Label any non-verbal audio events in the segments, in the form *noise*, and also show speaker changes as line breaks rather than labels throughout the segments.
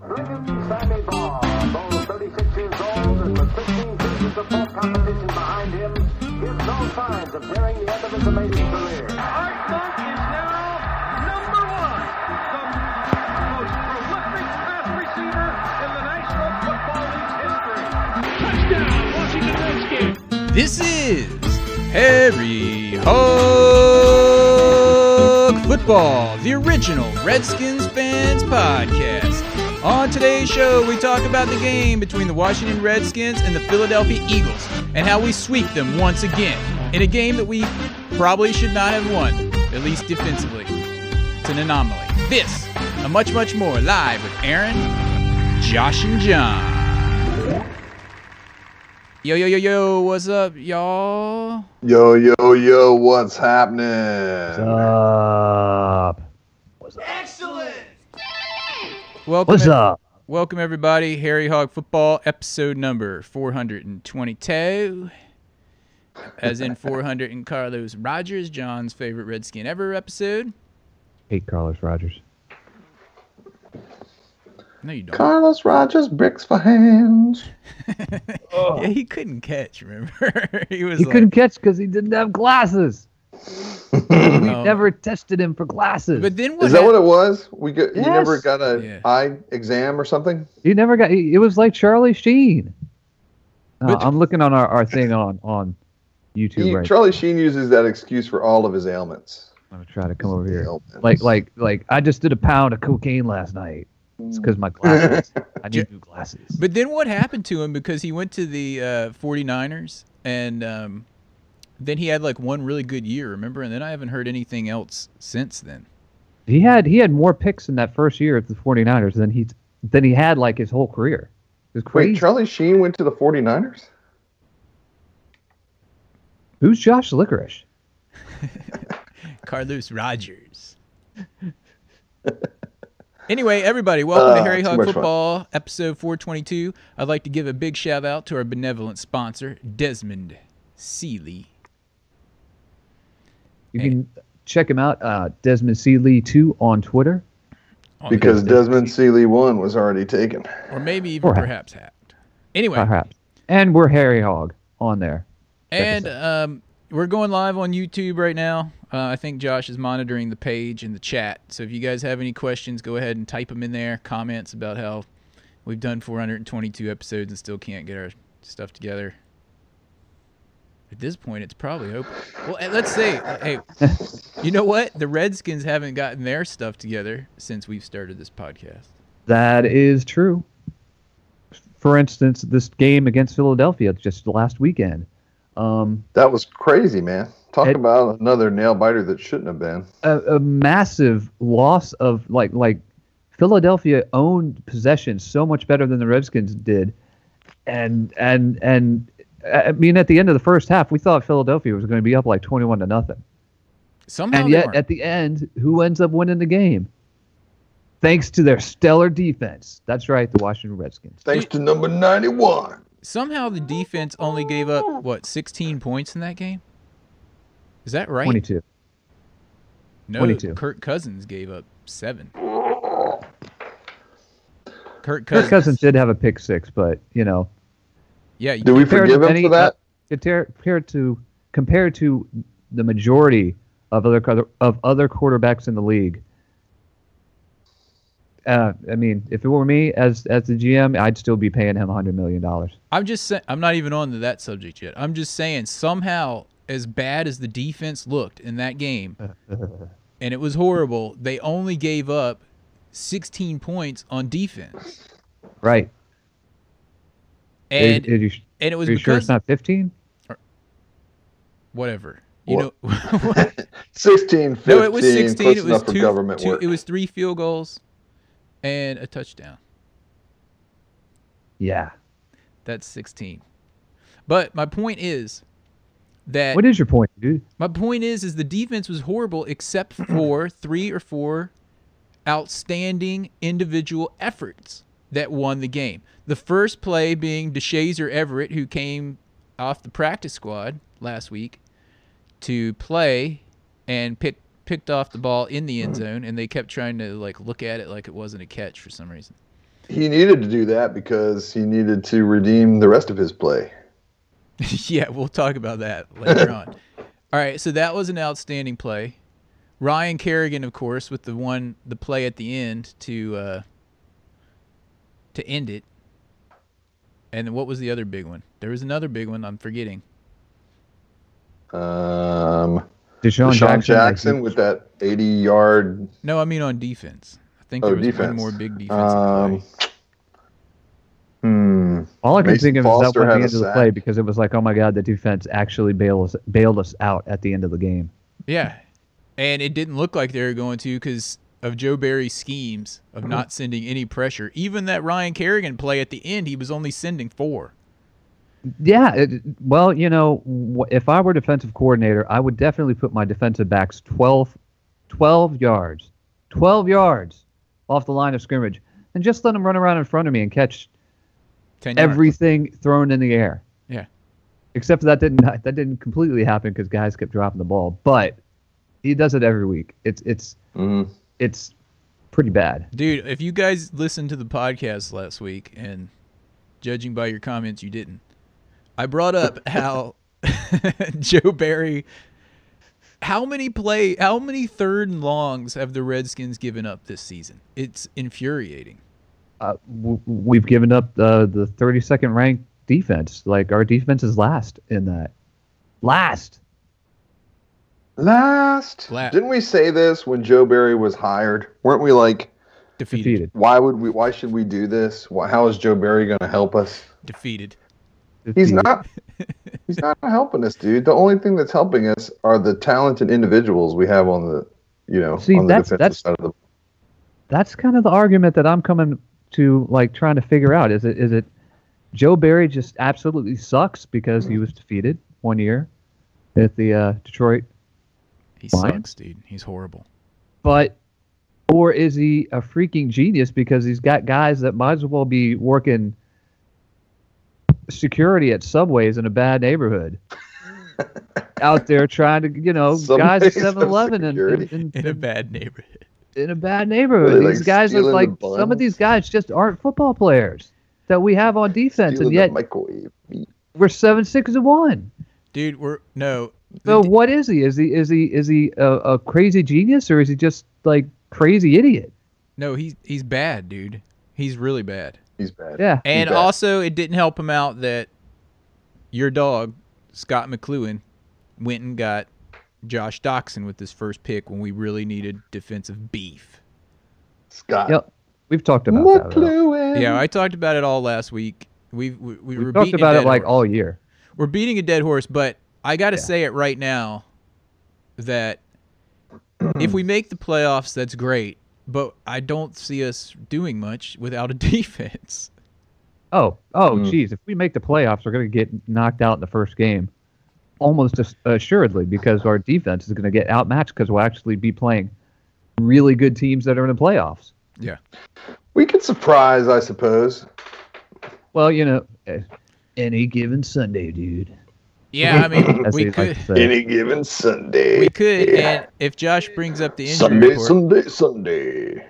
Brigham Sammy Baugh, though 36 years old and with 15 seasons of full competition behind him, gives no signs of nearing the end of his amazing career.
Art Monk is now number one, the most prolific pass receiver in the National Football League's history. Touchdown, Washington Redskins.
This is Harry Hog Football, the original Redskins fans podcast. On today's show, we talk about the game between the Washington Redskins and the Philadelphia Eagles and how we sweep them once again in a game that we probably should not have won, at least defensively. It's an anomaly. This and much, much more live with Aaron, Josh, and John. Yo, yo, yo, yo, what's up, y'all?
Yo, yo, yo, what's happening?
up?
Welcome
What's
ev-
up?
Welcome everybody, Harry Hog Football, episode number 422. As in 400 and Carlos Rogers, John's favorite Redskin ever episode.
Hate Carlos Rogers.
No, you don't.
Carlos Rogers, bricks for *laughs* hands.
Yeah, he couldn't catch, remember? *laughs* he was
He
like,
couldn't catch because he didn't have glasses. we
No.
never tested him for glasses.
Oh. um, But then what,
Is that what
hap-
it was? We get,
Yes.
You never got a
Yeah.
eye exam or something?
he never got. He, it was like Charlie Sheen. No,
But-
I'm looking on our, our thing on on YouTube
He,
right.
Charlie Sheen uses that excuse for all of his ailments.
I'm gonna try to come over here.
Ailments.
Like like like I just did a pound of cocaine last night. It's because my *laughs* glasses. I need new glasses.
but then what happened to him because he went to the uh, 49ers and um, then he had like one really good year, remember? And then I haven't heard anything else since then.
He had he had more picks in that first year at the 49ers than he than he had like his whole career. It was crazy.
Wait, Charlie Sheen went to the 49ers?
Who's Josh Licorice?
Carlos Rogers. anyway, everybody, welcome to
Uh,
Harry
too
Hog
much fun.
Football, episode 422. I'd like to give a big shout out to our benevolent sponsor, Desmond Seeley.
You
Hey.
can check him out, uh, Desmond C. Lee 2 on Twitter.
On the-
Because Desmond Seeley 1 was already taken.
or maybe even
Or hacked.
perhaps hacked. Anyway,
Perhaps. And we're Harry Hog on there.
and um, we're going live on YouTube right now. Uh, I think Josh is monitoring the page and the chat. So if you guys have any questions, go ahead and type them in there. Comments about how we've done 422 episodes and still can't get our stuff together. At this point, it's probably open. Well, eh, let's say, hey, you know what? The Redskins haven't gotten their stuff together since we've started this podcast.
That is true. For instance, this game against Philadelphia just last weekend. Um,
That was crazy, man. Talk
It-
about another nail biter that shouldn't have been.
a, a massive loss of like like Philadelphia owned possession so much better than the Redskins did, and and and I mean at the end of the first half we thought Philadelphia was going to be up like twenty one to nothing,
Somehow
and
they
yet
weren't.
at the end who ends up winning the game? Thanks to their stellar defense. That's right, the Washington Redskins.
Thanks to number 91.
somehow the defense only gave up what 16 points in that game is that right
Twenty two.
no
22.
kirk cousins gave up seven kirk cousins,
Kirk Cousins did have a pick six, but you know
yeah you-
Do we
Compared to
forgive him
any- uh,
for that?
compare- compared to compared to the majority of other quarter- of other quarterbacks in the league. Uh, I mean, if it were me as as the GM, I'd still be paying him hundred million dollars.
i'm just sa- i'm not even on to that subject yet i'm just saying somehow as bad as the defense looked in that game
*laughs*
and it was horrible they only gave up 16 points on defense
Right?
and
are, are you,
and it was
are you
because
sure it's not fifteen?
whatever you know
What?
*laughs*
16, 15,
No, it was 16.
close
It was
enough for
two,
government
two-
work.
It was three field goals and a touchdown.
Yeah.
That's 16. But my point is that
What is your point, dude?
my point is is the defense was horrible
*clears throat*
except for three or four outstanding individual efforts that won the game. The first play being DeShazer Everett, who came off the practice squad last week to play and pick,
Mm.
picked off the ball in the end zone, and they kept trying to like look at it like it wasn't a catch for some reason.
He needed to do that because he needed to redeem the rest of his play.
*laughs* yeah, we'll talk about that later on. All right, so that was an outstanding play. Ryan Kerrigan, of course, with the one the play at the end to uh, to end it. And what was the other big one? There was another big one. I'm forgetting.
Um,
Deshaun,
Deshaun Jackson,
Jackson, like,
with that 80 yard.
No, I mean on defense. I think
Oh,
there was
defense.
one more big defensive
Um,
play.
hmm.
all I can
Mason
think of is
Foster
that one
had
at the
a
end of the play
sack.
because it was like, oh my god, the defense actually bailed us bailed us out at the end of the game.
Yeah, and it didn't look like they were going to because of Joe Barry's schemes of not sending any pressure. Even that Ryan Kerrigan play at the end, he was only sending four.
Yeah, it, well, you know, wh- if I were defensive coordinator, I would definitely put my defensive backs 12, 12 yards, 12 yards off the line of scrimmage and just let them run around in front of me and catch
Ten yards.
everything thrown in the air.
Yeah.
Except that didn't *laughs* that didn't completely happen because guys kept dropping the ball, but he does it every week. It's it's
Mm-hmm.
Mhm.
it's pretty bad.
Dude, if you guys listened to the podcast last week, and judging by your comments, you didn't, I brought *laughs* up how Joe Barry, how many play, how many third and longs have the Redskins given up this season? It's infuriating.
Uh, w- we've given up the the 32nd ranked defense. Like our defense is last in that. Last.
Last.
Last.
Didn't we say this when Joe Barry was hired? Weren't we like,
Defeated.
Defeated.
why would we? Why should we do this? Why, how is Joe Barry going to help us?
Defeated.
He's
Defeated. *laughs*
not. He's not helping us, dude. The only thing that's helping us are the talented individuals we have on the, you know,
See,
on the
that's-
defensive
that's-
side of
That's kind of the argument that I'm coming to like trying to figure out. Is it is it Joe Barry just absolutely sucks because
Mm.
he was defeated one year at the uh, Detroit
He
Why?
sucks, dude. He's horrible.
but or is he a freaking genius because he's got guys that might as well be working security at subways in a bad
*laughs*
neighborhood out there trying to you know guys at
Subways and
7-eleven in, in, in,
In a bad neighborhood.
in a bad neighborhood
Really, like,
these guys are
stealing
like
the
some of
buns?
these guys just aren't football players that we have on
the.
defense
Stealing
and
the
yet
microwave. meat.
we're 7 6 and 1
Dude, we're, no. the
so
d-
what is he is he is he is he a, a crazy genius or is he just like crazy idiot
no, he's, he's bad, dude. He's really bad.
He's bad.
yeah
And
bet.
also, it didn't help him out that your dog, Scott McLuhan, went and got Josh Doxson with his first pick when we really needed defensive beef.
Scott.
Yep. We've talked about that. though.
McLuhan.
Yeah, I talked about it all last week. We've, we we were
We've talked
beating a
about it
dead
like
horse.
all year.
we're beating a dead horse, but I got to
Yeah.
say it right now that if we make the playoffs, that's great. But I don't see us doing much without a *laughs* defense.
Oh, oh,
Mm.
geez. If we make the playoffs, we're going to get knocked out in the first game, almost as- assuredly, because our defense is going to get outmatched because we'll actually be playing really good teams that are in the playoffs.
We could surprise, I suppose.
Well, you know, eh, any given Sunday, dude.
Yeah, I mean,
*laughs* as
we
they like
could.
to say.
Any given Sunday.
We could,
Yeah.
and if Josh brings up the injury
Sunday,
report,
Sunday, Sunday.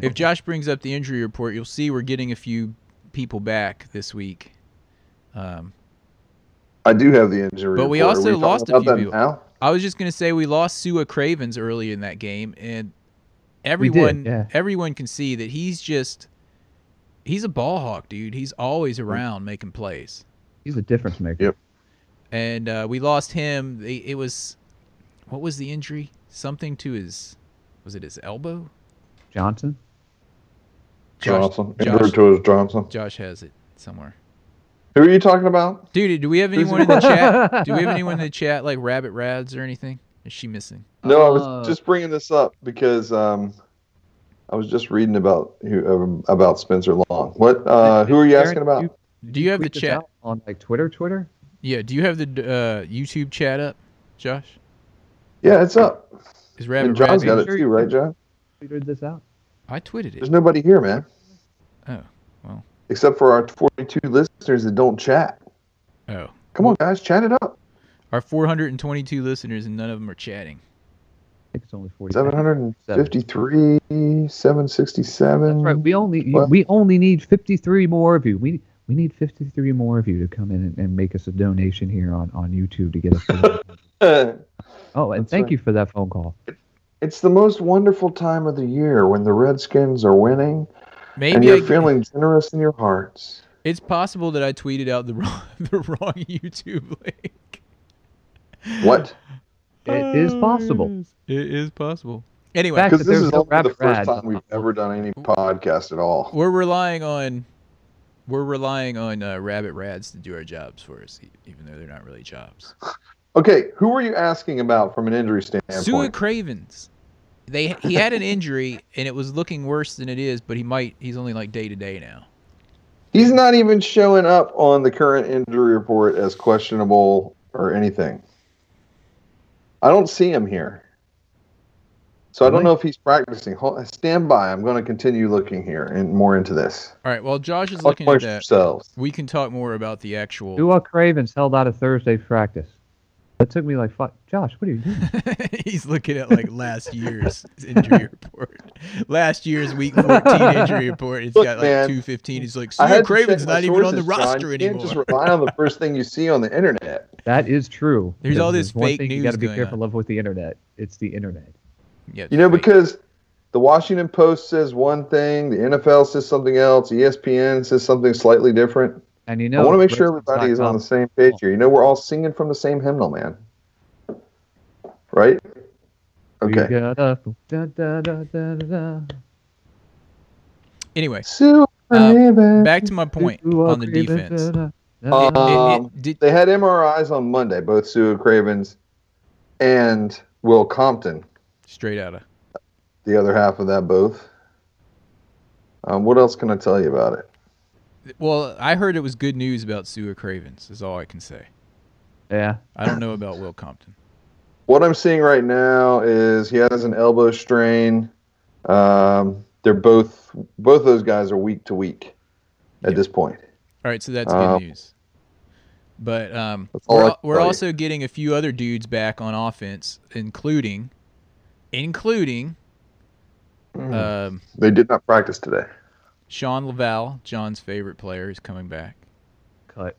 if Josh brings up the injury report, you'll see we're getting a few people back this week. Um,
I do have the injury.
But we
report.
also
Are talking
lost a
about
few
that
people.
Now?
I was just gonna say we lost Sua Cravens early in that game, and everyone
yeah.
everyone can see that he's just he's a ball hawk, dude. He's
Mm.
always around making plays,
He's a difference maker.
Yep.
and uh, we lost him. They- It was what was the injury? Something to his was it his elbow?
Johnson.
Josh-
Johnson.
Josh-
Josh. To as Johnson.
Josh has it somewhere.
Who are you talking about?
Dude, do we have anyone in the
*laughs*
chat? Do we have anyone in the chat like Rabbit Rads or anything? Is she missing?
No, I
Uh,
was just bringing this up because um, I was just reading about who um, about Spencer Long. What? Uh, who are you
Aaron,
asking about?
you
Do you have the
tweet this
chat?
*laughs* out on like Twitter? Twitter.
Yeah, do you have the uh, YouTube chat up, Josh?
yeah, it's up.
Is
And
Rabbit
John's
Rabbit?
got it
Sure
too,
you
right,
can.
John?
Tweeted this out.
I tweeted
There's
it.
nobody here, man.
Oh, well.
Except for our 42 listeners that don't chat.
Oh,
Come on, guys, chat it up.
our 422 listeners and none of them are chatting.
think it's only forty.
753, 767.
That's right. We only
Well-
we only need fifty three more of you. We we need fifty three more of you to come in and, and make us a donation here on, on YouTube to get
*laughs*
us. to-
Uh,
oh, and
That's
thank
right.
you for that phone call.
It's the most wonderful time of the year when the Redskins are winning and
Maybe
you're
I,
feeling generous in your hearts.
it's possible that I tweeted out the *laughs* wrong the wrong YouTube link.
What?
It is
Mm.
possible.
It is possible. Anyway,
Back-
Because this
There's
is
no
only the
rabbit
first
ride.
time we've ever done any podcast at all.
we're relying on we're relying on uh, rabbit rads to do our jobs for us, e- even though they're not really jobs.
Okay, who were you asking about from an injury
Sue
standpoint?
Cravens. They he had an injury *laughs* and it was looking worse than it is, but he might he's only like day to day now.
He's not even showing up on the current injury report as questionable or anything. I don't see him here. So I don't
Really?
know if he's practicing. Hold, stand by. I'm going to continue looking here and more into this.
All right, while Josh is
Talk
looking at
amongst
that,
yourselves.
we can talk more about the actual.
Duwa Cravens held out a Thursday practice. That took me like five. Josh, what are you doing?
*laughs* he's looking at like last year's injury
*laughs*
report, last year's week 14 injury report. It's
Look,
got
man,
like 215. He's like
I
Sue
had to
Craven's
check my
not even on the
sources, John.
roster
You
anymore.
Can't just rely
*laughs*
on the first thing you see on the internet.
That is true.
There's all this
one
fake
thing You
news
got to be
going
careful of with the internet. It's the internet.
Yeah,
You know,
wait.
because the Washington Post says one thing, the NFL says something else, E ESPN says something slightly different.
And you know,
I want to make sure everybody
Redskins.com
is on the same page here. You know, we're all singing from the same hymnal, man. Right?
We
Okay.
got a- da, da, da, da, da.
anyway,
Sue
Uh,
Raven.
back
*laughs*
to my point
Ooh,
on the
okay, da,
defense.
da,
It-
da, da, da.
Uh,
it-
Um,
did-
They had MRIs on Monday, both Sue Cravens and Will Compton,
straight out of
the other half of that both. Um, what else can I tell you about it?
Well, I heard it was good news about Sue Cravens. Is all I can say.
yeah.
I don't know about Will Compton.
What I'm seeing right now is he has an elbow strain. Um, they're both both those guys are week to week at
Yeah.
this point.
All right, so that's
Um,
good news. But um,
That's all I
we're,
can
we're
tell you.
also getting a few other dudes back on offense, including, including
Hmm.
um,
They did not practice today.
Sean Laval, John's favorite player, is coming back.
cut.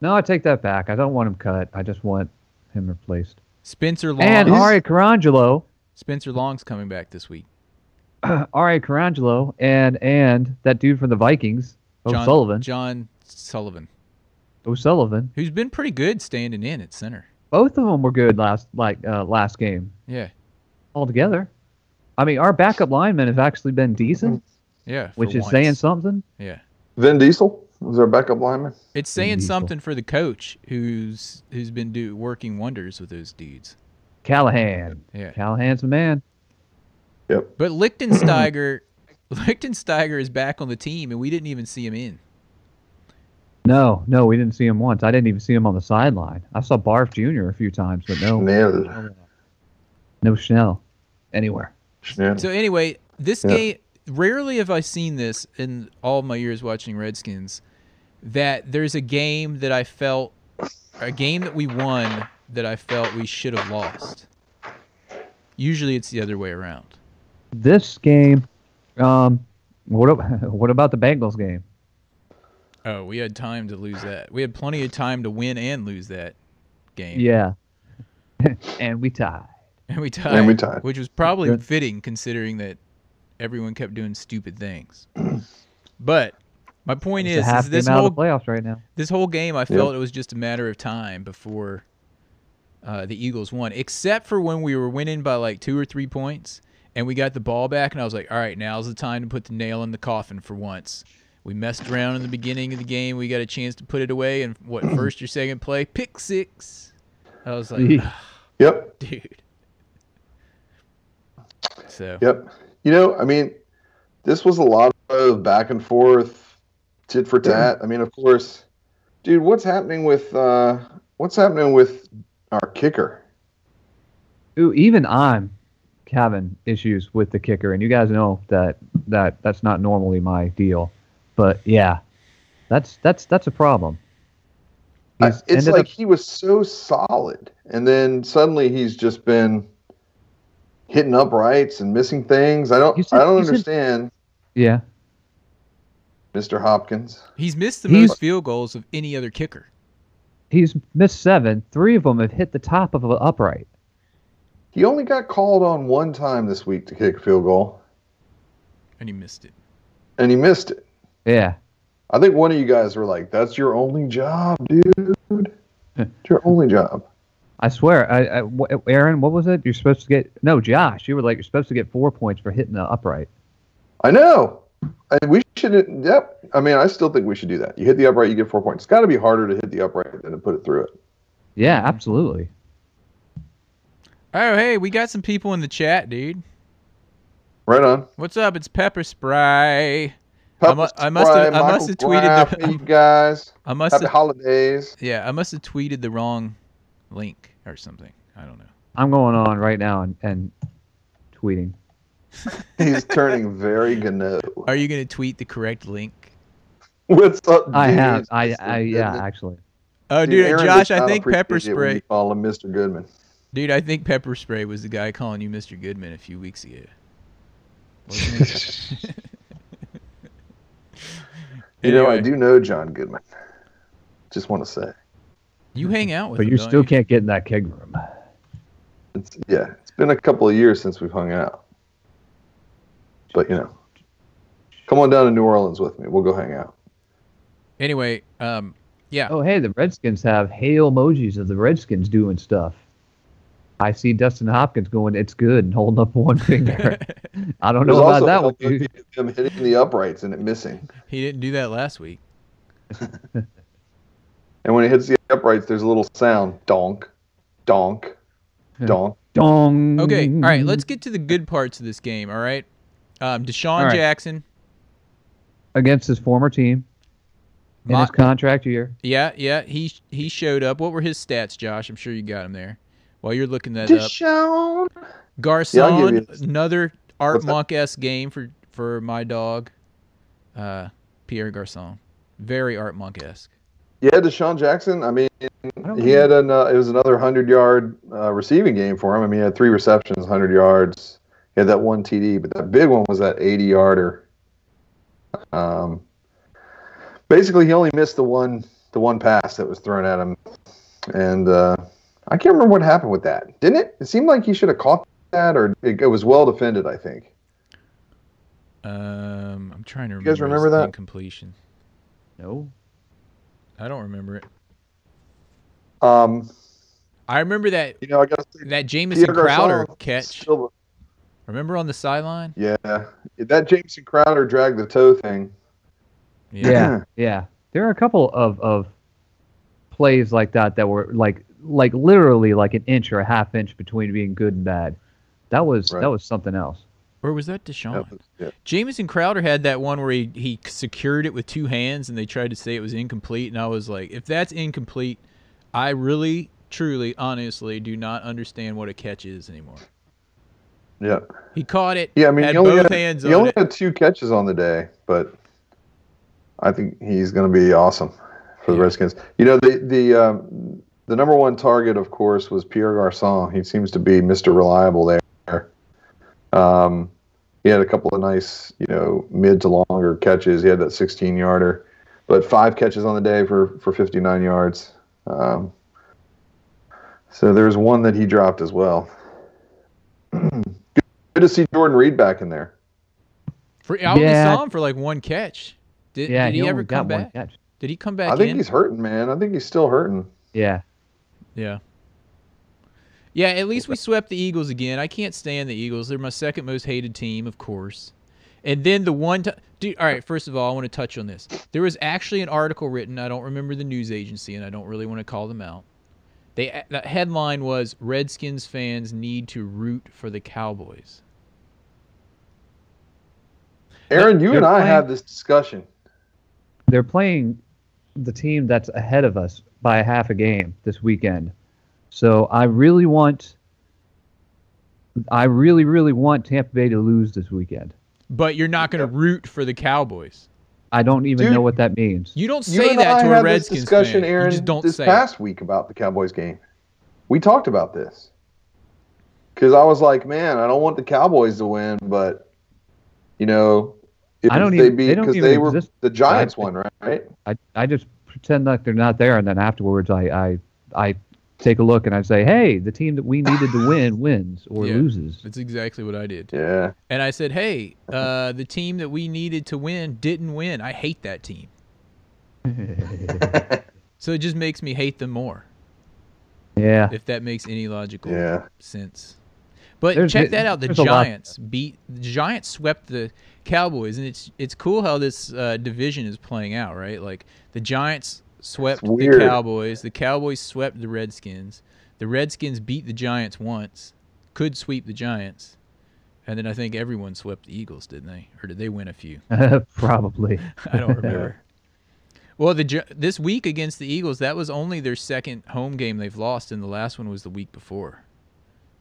No, I take that back. I don't want him cut. I just want him replaced.
Spencer Long.
And Ari Carangelo,
Spencer Long's coming back this week.
Ari Carangelo, and and that dude from the Vikings,
John,
O'Sullivan.
John Sullivan,
O'Sullivan.
who's been pretty good standing in at center.
Both of them were good last like uh, last game
Yeah,
altogether. I mean, our backup lineman has actually been decent,
yeah. for
which is
once.
saying something.
Yeah.
Vin Diesel was our backup lineman.
It's saying
Diesel.
something for the coach who's who's been do working wonders with those dudes.
Callahan.
Yeah.
Callahan's a man.
Yep.
But Lichtensteiger *clears throat* Lichtensteiger is back on the team and we didn't even see him in.
No, no, we didn't see him once. I didn't even see him on the sideline. I saw Barf Jr. a few times,
*laughs*
but no,
Nailed it.
no Schnell anywhere.
Yeah.
So anyway, this
Yeah.
game rarely have I seen this in all my years watching Redskins that there's a game that I felt a game that we won that I felt we should have lost. Usually it's the other way around.
This game, um, what ab- *laughs* what about the Bengals game?
Oh, we had time to lose that. We had plenty of time to win and lose that game.
Yeah, *laughs* and we tie.
And we tied.
And we tied.
Which was probably
Yeah.
fitting considering that everyone kept doing stupid things. *clears throat* but my point
It's a
is,
half
is this
game out
whole
of the playoffs right now.
this whole game I felt it was just a matter of time before uh, the Eagles won, except for when we were winning by like two or three points and we got the ball back and I was like, all right, now's the time to put the nail in the coffin for once. We messed around in the beginning of the game. We got a chance to put it away and
*clears throat*
what first or second play, pick six. I was like,
Yep.
dude. So
Yep. You know, I mean, this was a lot of back and forth, tit for tat. I mean, of course, dude, what's happening with uh what's happening with our kicker?
Ooh, even I'm having issues with the kicker, and you guys know that that that's not normally my deal, but yeah, that's that's that's a problem.
I-
He's
it's
ended
like
up-
he was so solid and then suddenly he's just been hitting uprights and missing things. I don't
You said-
I don't
you said-
understand,
Yeah.
Mr. Hopkins.
He's missed the
He's-
most field goals of any other kicker.
He's missed seven. Three of them have hit the top of an upright.
He only got called on one time this week to kick a field goal,
And he missed it.
and he missed it.
Yeah.
I think one of you guys were like, "That's your only job, dude. It's your only job."
I swear, I, I- w- Aaron, what was it? You're supposed to get no, Josh. You were like you're supposed to get four points for hitting the upright.
I know. I, we should. Yep. I mean, I still think we should do that. You hit the upright, you get four points. It's got to be harder to hit the upright than to put it through it.
Yeah, absolutely.
Oh, hey, we got some people in the chat, dude.
Right on.
What's up? It's Pepper Spray. I mu-
Pepper
I must have-
spray,
I must
Michael
have tweeted the- *laughs*
Graff, you guys.
I must
Happy
have,
holidays.
yeah, I must have tweeted the wrong link or something. I don't know.
I'm going on right now and, and tweeting.
*laughs*
He's turning very gano.
Are you gonna tweet the correct link?
What's up?
I
dudes?
have, I,
Mr.
I, yeah,
Goodman.
actually,
Oh, dude,
Aaron
Josh,
does
I
not
think Pepper
appreciate it when
Spray.
you Call him Mr. Goodman.
Dude, I think Pepper Spray was the guy calling you Mr. Goodman a few weeks ago. Wasn't it?
*laughs* You know, I
Anyway,
do know John Goodman. Just want to say,
You hang out with
Mm-hmm. but
him,
you
don't
still can't get in that keg room.
it's, yeah, it's been a couple of years since we've hung out. But you know, come on down to New Orleans with me. We'll go hang out.
Anyway,
*laughs*
um, *laughs* yeah,
Oh, hey, the Redskins have hail emojis of the Redskins doing stuff. I see Dustin Hopkins going, "It's good," and holding up one finger. I don't know
There's
about that one.
also
dude.
Him hitting the uprights and it missing.
he didn't do that last week.
And when it hits the uprights, there's a little sound donk, donk,
Yeah.
donk.
Dong.
Okay, all right, let's get to the good parts of this game. All right, um, Deshaun
All right.
Jackson.
against his former team in
Mo-
his contract year.
yeah, yeah, he he showed up. What were his stats, Josh? I'm sure you got him there. While you're looking that up,
Deshaun. Yeah, I'll give
Garcon,
you-
another Art
What's that?
Monk esque game for for my dog, uh, Pierre Garcon. Very Art Monk esque.
Yeah, Deshaun Jackson. I mean,
I don't
he
know.
had an uh, it was another hundred yard uh, receiving game for him. I mean, he had three receptions, hundred yards. He had that one TD, but that big one was that eighty yarder. Um, basically, he only missed the one the one pass that was thrown at him, and uh, I can't remember what happened with that. Didn't it? It seemed like he should have caught that, or it, it was well defended. I think.
Um, I'm trying to remember.
You guys remember that?
completion?
No.
I don't remember it.
Um,
I remember that
you know, I gotta say,
that Jamison
Pierre Garçon
Crowder catch.
still-
Remember on the sideline?
yeah, that Jameson Crowder dragged the toe thing. *clears throat*
Yeah. Yeah. There are a couple of, of plays like that that were like like literally like an inch or a half inch between being good and bad. That was
Right.
that was something else.
Or was that Deshaun?
Yeah.
Jamison Crowder had that one where he, he secured it with two hands and they tried to say it was incomplete. And I was like, if that's incomplete, I really, truly, honestly do not understand what a catch is anymore.
Yeah.
He caught it.
Yeah, I mean,
had
he only,
both
had,
hands
he
on
only
it.
had two catches on the day, but I think he's going to be awesome for the
Yeah.
Redskins. You know, the the um, the number one target, of course, was Pierre Garçon. He seems to be Mr. Reliable there. Um, he had a couple of nice, you know, mid to longer catches. He had that 16 yarder, but five catches on the day for for 59 yards. Um, so there's one that he dropped as well. Good to see Jordan Reed back in there.
For, I only
Yeah.
saw him for like one catch. Did,
yeah,
did he, ever
only
come
got one
back?
catch.
Did he come back
I think
in?
he's hurting, man. I think he's still hurting.
Yeah.
Yeah. Yeah, at least we swept the Eagles again. I can't stand the Eagles. They're my second most hated team, of course. And then the one time, dude. All right, first of all, I want to touch on this. There was actually an article written. I don't remember the news agency, and I don't really want to call them out. They uh, the headline was Redskins fans need to root for the Cowboys.
Aaron, you
They're
and I
playing-
had this discussion.
They're playing the team that's ahead of us by a half a game this weekend. So I really want I really, really want Tampa Bay to lose this weekend.
But you're not going to root for the Cowboys.
I don't even
Dude,
know what that means.
You don't
you
say
and
that
I
to
had
a Redskins
this discussion,
fan.
Aaron,
you just don't
this
say. it.
past week about the Cowboys game. We talked about this. because I was like, man, I don't want the Cowboys to win, but you know, if
I don't
they
even-
beat
they don't
because
even
they were
exist.
the Giants won, right?
I, I just pretend like they're not there, and then afterwards I, I I take a look and I say, hey, the team that we needed to win wins or
Yeah. *laughs*
loses.
That's exactly what I did.
Yeah,
And I said, hey, uh, the team that we needed to win didn't win. I hate that team. So it just makes me hate them more,
yeah,
if that makes any logical
yeah.
sense. But
There's-
check that out. The
there's a lot.
Giants beat the Giants swept the Cowboys, and it's it's cool how this uh, division is playing out, right? Like the Giants swept the
weird.
Cowboys, the Cowboys swept the Redskins, the Redskins beat the Giants once, could sweep the Giants, and then I think everyone swept the Eagles, didn't they? Or did they win a few?
*laughs* probably.
*laughs* I
*laughs*
don't remember. Well, the Gi- this week against the Eagles, that was only their second home game they've lost, and the last one was the week before.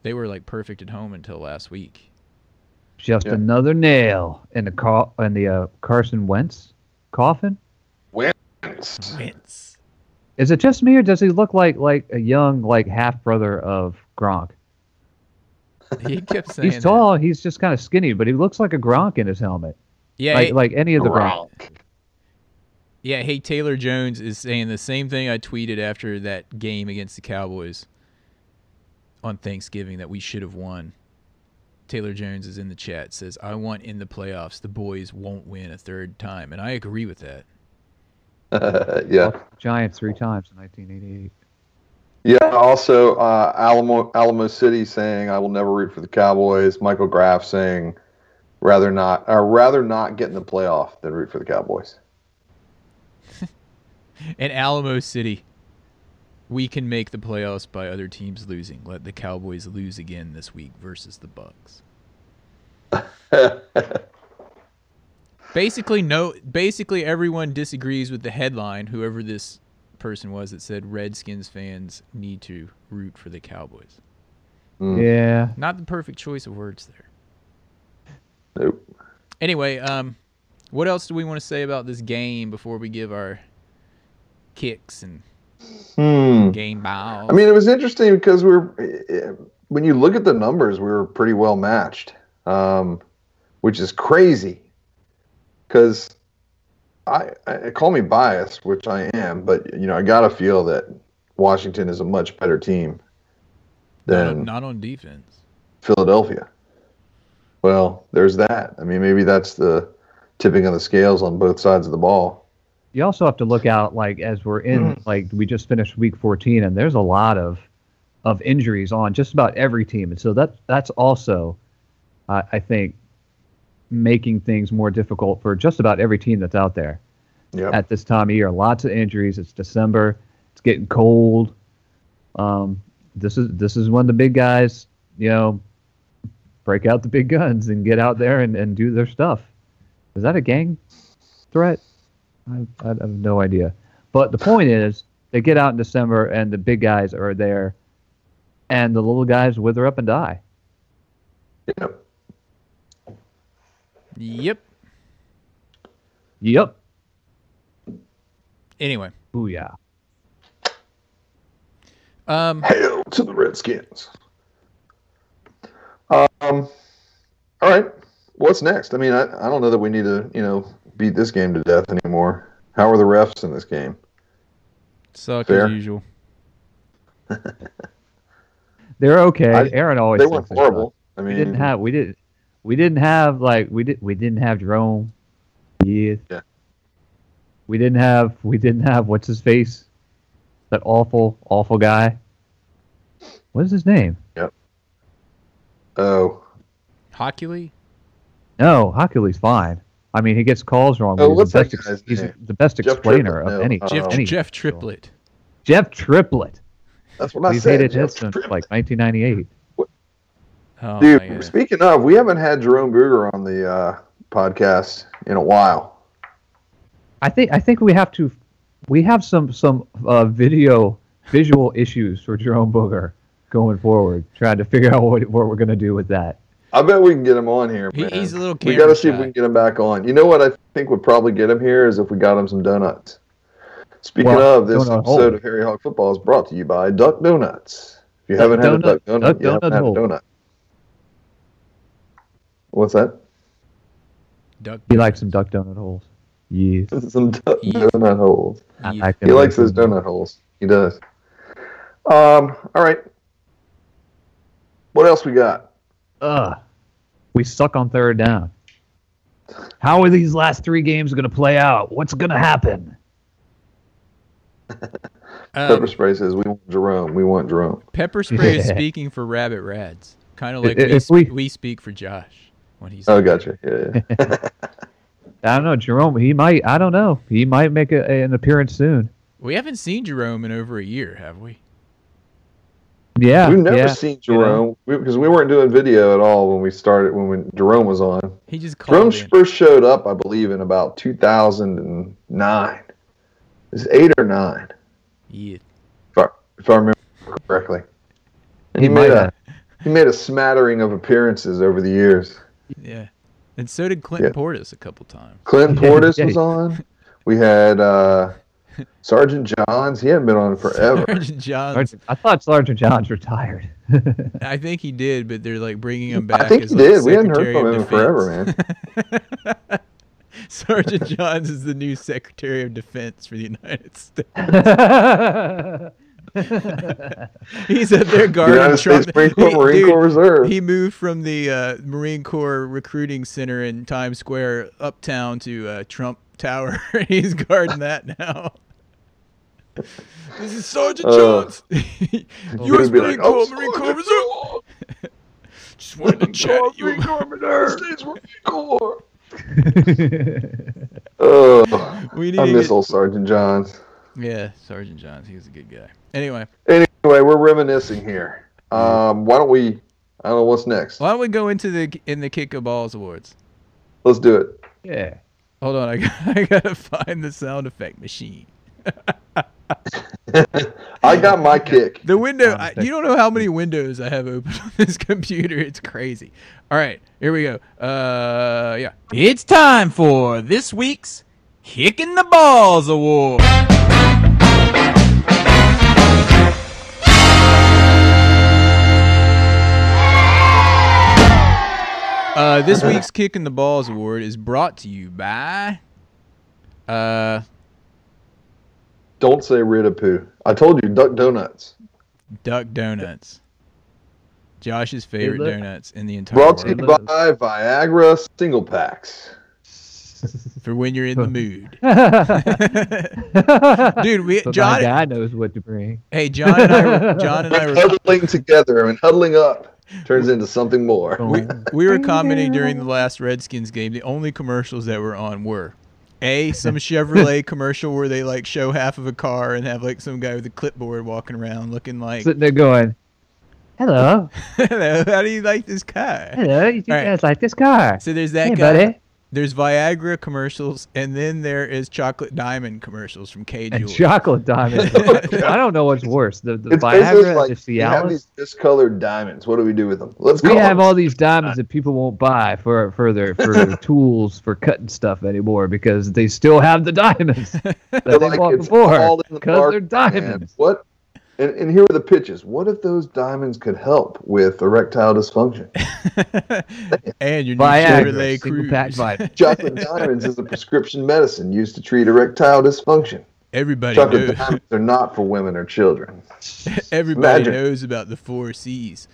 They were like perfect at home until last week.
Just
Yeah.
another nail in the ca- in the uh, Carson Wentz coffin.
Vince.
Is it just me, or does he look like like a young like half brother of Gronk?
He
*laughs*
kept saying
He's
that.
tall. He's just kind of skinny, but he looks like a Gronk in his helmet,
Yeah,
like
hey,
like any of the Gronk.
yeah. Hey, Taylor Jones is saying the same thing I tweeted after that game against the Cowboys on Thanksgiving that we should have won. Taylor Jones is in the chat. Says I want in the playoffs. The boys won't win a third time, and I agree with that.
*laughs* yeah,
Giants three times in 1988.
yeah. Also, uh, Alamo Alamo City saying, "I will never root for the Cowboys." Michael Graff saying, "Rather not, uh, rather not get in the playoff than root for the Cowboys." *laughs*
And Alamo City, we can make the playoffs by other teams losing. Let the Cowboys lose again this week versus the Bucks.
Hmm.
basically, no. Basically, everyone disagrees with the headline. Whoever this person was that said Redskins fans need to root for the Cowboys.
Mm.
Yeah,
Not the perfect choice of words there.
Nope.
Anyway, um, what else do we want to say about this game before we give our kicks and
Hmm.
game balls?
I mean, it was interesting because we we're when you look at the numbers, we were pretty well matched, um, which is crazy. Because I, I call me biased, which I am, but you know, I gotta feel that Washington is a much better team
not,
than
on, not on defense.
Philadelphia. Well, there's that. I mean, maybe that's the tipping of the scales on both sides of the ball.
you also have to look out like as we're in like we just finished week 14 and there's a lot of of injuries on just about every team and so that that's also I i think making things more difficult for just about every team that's out there
Yeah.
at this time of year lots of injuries it's december it's getting cold um this is this is when the big guys you know break out the big guns and get out there and, and do their stuff is that a gang threat? I, I have no idea. But the point is, they get out in December, and the big guys are there, and the little guys wither up and die.
Yep.
Yep.
Yep.
Anyway,
Ooh yeah.
um,
Hail to the Redskins. Um, all right. What's next? I mean, I, I don't know that we need to, you know, beat this game to death anymore. How are the refs in this game?
suck
Fair.
as usual.
They're okay.
I-
Aaron always.
they weren't
thinks they're
horrible. I
fine.
mean,
We didn't have. We didn't. We didn't have like we did. We didn't have Jerome. Yeah.
Yeah.
We didn't have. We didn't have what's his face, that awful, awful guy. What is his name?
oh,
Hockley?
No, Hockley's fine. I mean, he gets calls wrong. but
Oh,
he's
what's
the
that
best, ex-
guy's
he's
name?
the best
Jeff
explainer
Triplett?
of
No,
any.
uh,
Jeff,
any
Jeff Triplet.
Jeff Triplett.
that's what I
We've
said.
hated him
Jeff
since
Triplett.
like 1998.
Oh, my
Dude,
God.
speaking of, we haven't had Jerome Guger on the uh, podcast in a while.
I think I think we have to. We have some some uh, video visual issues for Jerome Booger going forward. Trying to figure out what what we're gonna do with that.
I bet we can get him on here.
He-
man.
he's a little
We got
camera
to see if
shy.
we can get him back on. You know what I think would probably get him here is if we got him some donuts. Speaking
Well,
of, this
donut
episode
hole.
of Harry Hawk Football is brought to you by Duck Donuts. If you haven't had
Donut-
a Duck Donut,
Duck
you haven't
Donut
had a
hole.
donut. What's that? *laughs*
Duck.
He likes some duck donut holes. Yes.
Some du-
Yeah.
donut holes.
I
Yeah.
like
He
them.
likes those donut holes. He does. Um. All right. What else we got?
Ugh. We suck on third down. How are these last three games going to play out? What's going to happen?
Pepper
Um,
spray says we want Jerome. We want Jerome.
pepper spray is
*laughs*
Yeah.
speaking for Rabbit Rads, kind of
I-
like
i-
we,
if
sp-
we-
we speak for Josh when he's.
Oh, gotcha. Yeah. yeah.
I don't know, Jerome. He might. I don't know. He might make a, an appearance soon.
We haven't seen Jerome in over a year, have we?
Yeah.
We've never
yeah.
seen
you know.
Jerome because we weren't doing video at all when we started when we, Jerome was on.
He just
Jerome
called in.
first showed up, I believe, in about 2009. It's eight or nine,
Yeah.
if I, if I remember correctly. And he, uh,
He
made
might
a
have.
he made a smattering of appearances over the years.
Yeah. And so did Clinton
Yeah.
Portis a couple times.
Clinton
Yeah,
Portis
yeah.
was on. We had uh, Sergeant Johns. He hadn't been
*laughs*
on forever.
Sergeant Johns.
Sergeant- I thought Sergeant John's retired. *laughs*
I think he did, but they're like bringing him back.
I think
as,
he
like,
did. We hadn't heard
Secretary
from
of
him forever, man.
Defense. *laughs* Sergeant Johns is the new Secretary of Defense for the United *laughs* States. *laughs* He's up there guarding
United
Trump.
States Marine Corps,
*laughs* He-
Marine
dude,
Corps Reserve.
He moved from the uh, Marine Corps recruiting center in Times Square uptown to uh, Trump Tower. *laughs* He's guarding that now. this is Sergeant
Uh,
Jones, *laughs*
He would
U.S.
be
Marine
like,
Corps,
"Oh,
Marine Corps
Sergeant
Reserve. Just wanted
*laughs*
to chat at you.
States Marine Corps. Oh,
We need
I
to
miss
get-
old Sergeant Johns.
Yeah, Sergeant Johns. He was a good guy. Anyway,
Anyway, we're reminiscing here. Um, why don't we? I don't know what's next.
why don't we go into the in the kick of balls awards?
Let's do it.
*laughs*
*laughs*
yeah.
Hold on, I, got- I *laughs* gotta find the sound effect machine.
*laughs*
I got my kick.
The window.
Sound
I,
effect
you don't know how many windows I have open on this *laughs* computer. It's crazy. All right, here we go. Uh, yeah.
It's time for this week's Kicking the Balls Award.
Uh, this week's kick in the balls award is brought to you by. Uh,
Don't say Riddapoo. I told you, Duck Donuts.
Duck Donuts. Josh's favorite
look.
donuts in the entire
Brought to you
world.
Donuts.
by Viagra Single Packs.
For when you're in
*laughs*
the mood. Dude,
Dude,
we-
but
John-
my dad knows what to bring.
Hey, John and I
*laughs*
were, John and I
When
were
huddling together and huddling up turns into something more.
we, we were commenting during the last Redskins game. The only commercials that were on were a
*laughs*
some Chevrolet commercial where they like show half of a car and have like some guy with a clipboard walking around looking like,
Sitting there going, "Hello,
"Hello, *laughs* how do you like this car?"
hello, you two
All right.
guys like this car?
So there's that
Hey,
guy.
buddy."
There's Viagra commercials, and then there is Chocolate Diamond commercials from K
And
Jewel.
chocolate
*laughs*
diamonds. I don't know what's worse, the, the
It's basically
Viagra,
like
the
we have
Cialis.
these discolored diamonds. What do we do with them? Let's
We
call
have
them.
all these diamonds that people won't buy for for their
*laughs*
for their tools for cutting stuff anymore because they still have
*laughs*
the diamonds that they
They're like,
bought
it's
before
all in the
because they're
market, man.
diamonds.
What? And, and here are the pitches. What if those diamonds could help with erectile
*laughs*
dysfunction?
*laughs* and your new
Viagra,
Chevrolet
single pack
Cruze.
Viagra.
Chocolate diamonds is a prescription medicine used to treat erectile dysfunction.
Everybody
Chocolate
knows.
*laughs* diamonds are not for women or children.
Everybody
Imagine.
knows about the four C's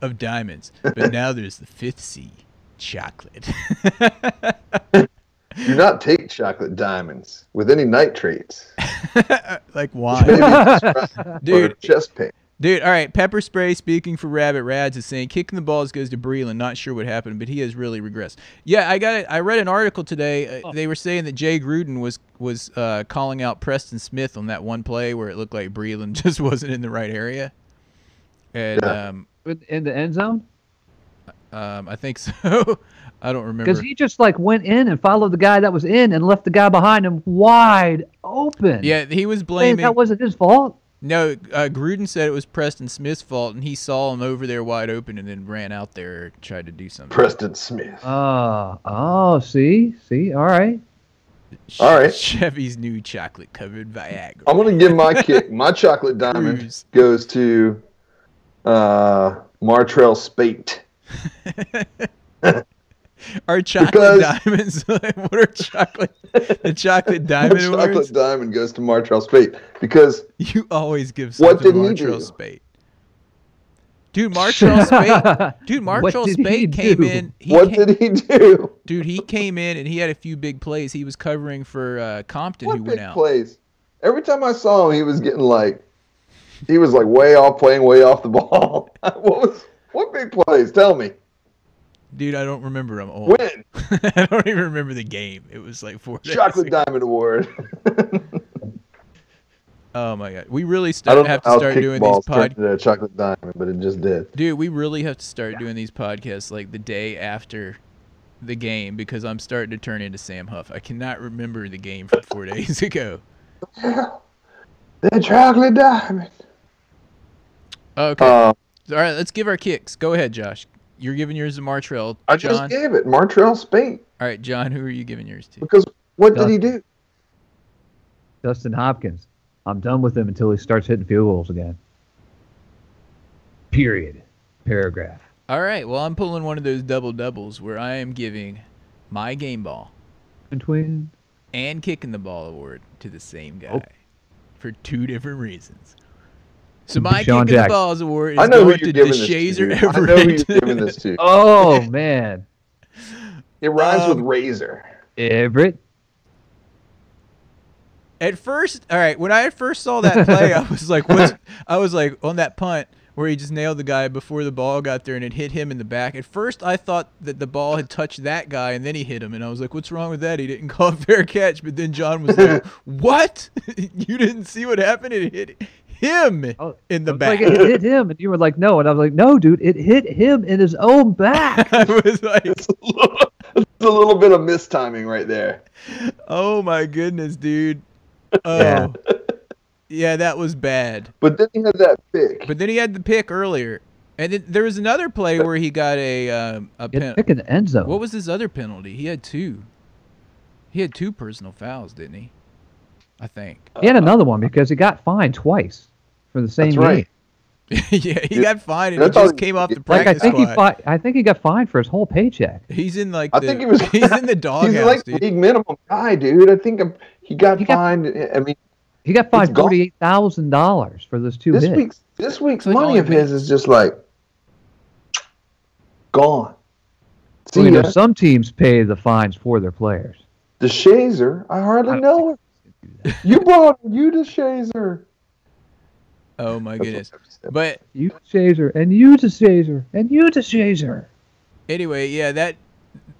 of diamonds,
*laughs*
but now there's the fifth C, chocolate. *laughs*
Do not take chocolate diamonds with any nitrates. *laughs*
like
Maybe
wine.
it's right for
Dude.
chest pain.
Dude, all right, Pepper Spray speaking for Rabbit Rads is saying kicking the balls goes to Breland. Not sure what happened, but he has really regressed. Yeah, I got it. I read an article today. Uh, they were saying that Jay Gruden was was uh, calling out Preston Smith on that one play where it looked like Breland *laughs* just wasn't in the right area. And
Yeah.
um,
With- in the end zone
um, I think *laughs* so. I don't remember.
because he just like went in and followed the guy that was in and left the guy behind him wide open.
yeah, he was
Saying
blaming.
that wasn't his fault.
No, uh, Gruden said it was Preston Smith's fault, and he saw him over there wide open, and then ran out there and tried to do something.
Preston Smith.
Uh, oh, see, see, all right.
Sh-
All right. Oh,
Chevy's new chocolate-covered Viagra.
I'm going to give my kick. My chocolate diamond
Cruise.
goes to uh, Martrell Spate.
Our chocolate
Because-
diamonds. *laughs* what are chocolate? The chocolate diamond
*laughs* chocolate
awards.
diamond goes to Martrell Spate because
You always give
What
something
did he
Martrell
do?
Spate. Dude,
*laughs*
Martrell Spate. Dude,
What
Martrell
did he
Spate came
do?
in. He
what
ca-
did he do?
dude, he came in and he had a few big plays. He was covering for uh, Compton, who
What
went
big
out.
plays? Every time I saw him, he was getting like he was like way off playing, way off the *laughs* ball. what was what big plays? Tell me
Dude, I don't remember. I'm old.
when
*laughs* I don't even remember the game. It was like four days
chocolate
ago.
diamond award.
Oh my god, we really
I
start,
don't
have
know
to
how
start doing these
kickballs
pod.
turned into a chocolate diamond, but it just did.
Dude, we really have to start doing these podcasts like the day after the game because I'm starting to turn into Sam Huff. I cannot remember the game from four *laughs* days ago.
The chocolate diamond.
Okay,
Uh,
all right, let's give our kicks. Go ahead, Josh. You're giving yours to Martrell.
I
John.
just gave it Martrell Spate
all right, John, who are you giving yours to?
because what
Done.
did he do?
Dustin Hopkins. I'm done with him until he starts hitting field goals again. Period. Paragraph.
All right, well, I'm pulling one of those double doubles where I am giving my game ball
Between
and kicking the ball award to the same guy
Oh.
for two different reasons. So my
Deshaun
kicking the
Jackson.
balls award is
I know who
going
you're
to
giving this to.
DeShazer
dude. I know who
Everett.
you're giving this to.
*laughs*
Oh man,
It rhymes
Um,
with razor. *laughs*
Everett.
At first, all right, when I first saw that play, I was like, "What's?" I was like on that punt where he just nailed the guy before the ball got there and it hit him in the back. At first, I thought that the ball had touched that guy and then he hit him, and I was like, "What's wrong with that? He didn't *laughs* call a fair catch." But then John was like, "What? *laughs* you didn't see what happened? It hit him
Oh,
in the
I was
back."
Like it hit him, and you were like, "No," and I was like, "No, dude, it hit him in his
*laughs*
own back."
*laughs* I was like,
It's a little, it's a little bit of mistiming right there.
Oh my goodness, dude. Oh. Yeah.
Yeah.
that was bad.
But then he had that pick.
But then he had the pick earlier. And then there was another play where he got a um, a
Get
pen-
pick in the end zone.
What was his other penalty? He had two. He had two personal fouls, didn't he? I think. *laughs*
he had another one because he got fined twice for the same
That's
game.
right.
yeah, he
Yeah.
got fined and
I
he just
thought-
came off the
Like
practice
I think he
squad.
fi- I think he got fined for his whole paycheck.
He's in like
I
the,
think he
*laughs*
was.
he's in the doghouse,
*laughs* He's like the
dude.
league minimum guy, dude. I think I'm, he got
He got-
fined. I mean,
He got fined
It's gone.
forty eight thousand dollars for those two
this
hits.
week's this week's
Click
money
on
of his is just like gone. See,
Well, you know,
ya.
some teams pay the fines for their players.
the Shazer, I hardly
I don't
know her. You brought you to Shazer.
Oh my
*laughs* That's
goodness.
what I said.
But
You to Shazer, and you to Shazer, and you to Shazer.
Anyway, yeah, that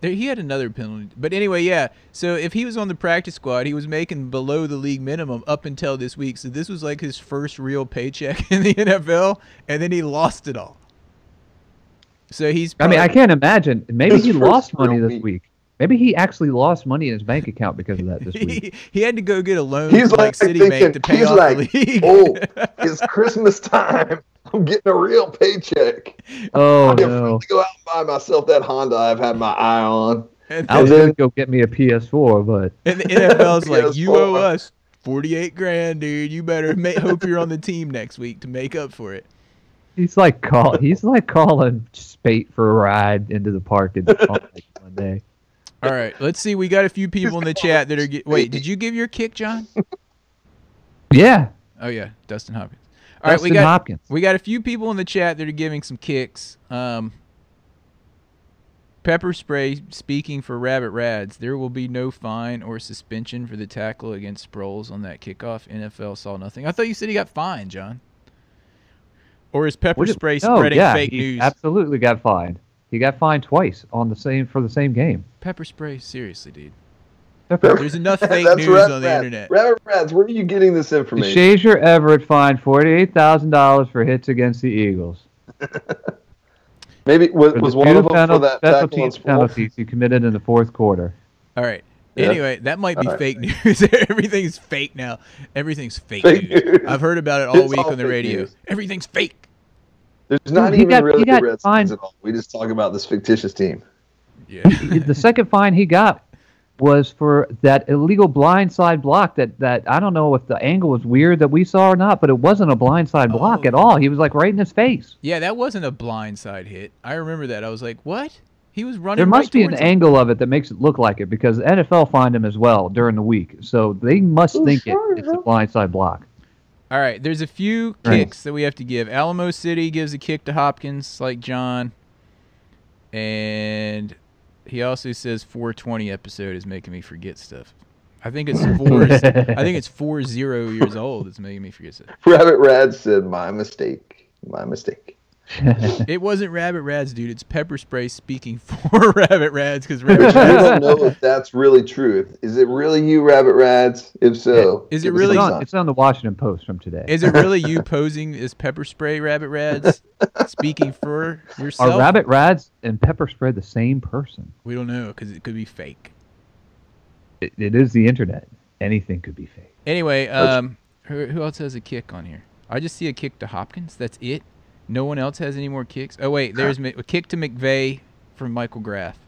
there, he had another penalty. But anyway, yeah. So if he was on the practice squad, he was making below the league minimum up until this week. So this was like his first real paycheck *laughs* in the NFL, and then he lost it all. So he's.
I mean, I
probably-
can't imagine. Maybe
His
he
first
lost
real
money this
week.
week. Maybe he actually lost money in his bank account because of that this week.
*laughs* He, he had to go get a loan
He's
from like
like
Citibank
thinking-
to pay
he's
off
like,
the league.
Oh, it's Christmas time. *laughs* I'm getting a real paycheck.
Oh
I can
no!
finally go out and buy myself that Honda I've had my eye on.
*laughs* and,
I was
the,
gonna go get me a PS4, but
and the
*laughs*
NFL's like,
PS4.
you owe us forty-eight grand, dude. You better ma- hope you're on the team next week to make up for it.
he's like call he's like calling Spate for a ride into the park in one day.
All right, let's see. We got a few people in the chat that are. Get, wait, did you give your kick, John?
Yeah,
Oh yeah, Dustin Hopkins. All right,
All right, Dustin
we got
Hopkins.
we got a few people in the chat that are giving some kicks. Um, pepper spray. Speaking for Rabbit Rads, there will be no fine or suspension for the tackle against Sproles on that kickoff. NFL saw nothing. I thought you said he got fined, John. Or is pepper
What did-
spray
no,
spreading
yeah,
fake
he
news?
Absolutely got fined. He got fined twice on the same for the same game.
pepper spray, seriously, dude.
Pepper.
There's enough fake
*laughs* That's
news
Rat
on the
Rats.
internet.
Rabbit Rats, where are you getting this information?
Shazier Everett fined forty-eight thousand dollars for hits against the Eagles.
Maybe was,
For
was
the
one
two
of them
penal-
for that
special
tackle on
teams
Sproles?
penalties
*laughs*
he committed in the fourth quarter.
All right.
Yeah.
Anyway, that might be
All right.
fake news. *laughs* Everything's fake now. Everything's fake,
Fake
news.
news.
I've heard about it all
It's
week
all
on the
fake
radio.
news.
Everything's fake.
There's not
Dude, he
even
got-
really
he got
the Redskins
fined.
at all. We just talk about this fictitious team. *laughs*
Yeah.
the second fine he got was for that illegal blindside block that, that I don't know if the angle was weird that we saw or not, but it wasn't a blindside block
Oh.
at all. He was like right in his face.
yeah, that wasn't a blindside hit. I remember that. I was like, "What? He was running.
There must
right
be an
towards him.
angle of it that makes it look like it because the NFL find him as well during the week, so they must think it, it's a blindside block.
All right, there's a few
Right.
kicks that we have to give. Alamo City gives a kick to Hopkins, like John, and he also says 420 episode is making me forget stuff. I think
*laughs*
it's four. I think it's four zero years old. It's making me forget stuff.
Rabbit Rad said, "My mistake. My
*laughs*
mistake."
It wasn't Rabbit Rads, dude. It's Pepper Spray speaking *laughs* for Rabbit Rads because Rabbit
Which
Rads.
we
*laughs*
don't know if that's really true. If- Is it really you, Rabbit Rads? If so,
Is it
give us a
really-
It's
Please
on,
sign.
it's on the Washington Post from today.
Is it really you posing as Pepper Spray Rabbit Rads speaking for yourself?
Are rabbit rads and pepper spray the same person?
We don't know because it could be fake.
It, it is the internet. Anything could be fake. *laughs*
Anyway, um, who, who else has a kick on here? I just see a kick to Hopkins. That's it. No one else has any more kicks. Oh wait, there's Mi- a kick to McVeigh from Michael Graff,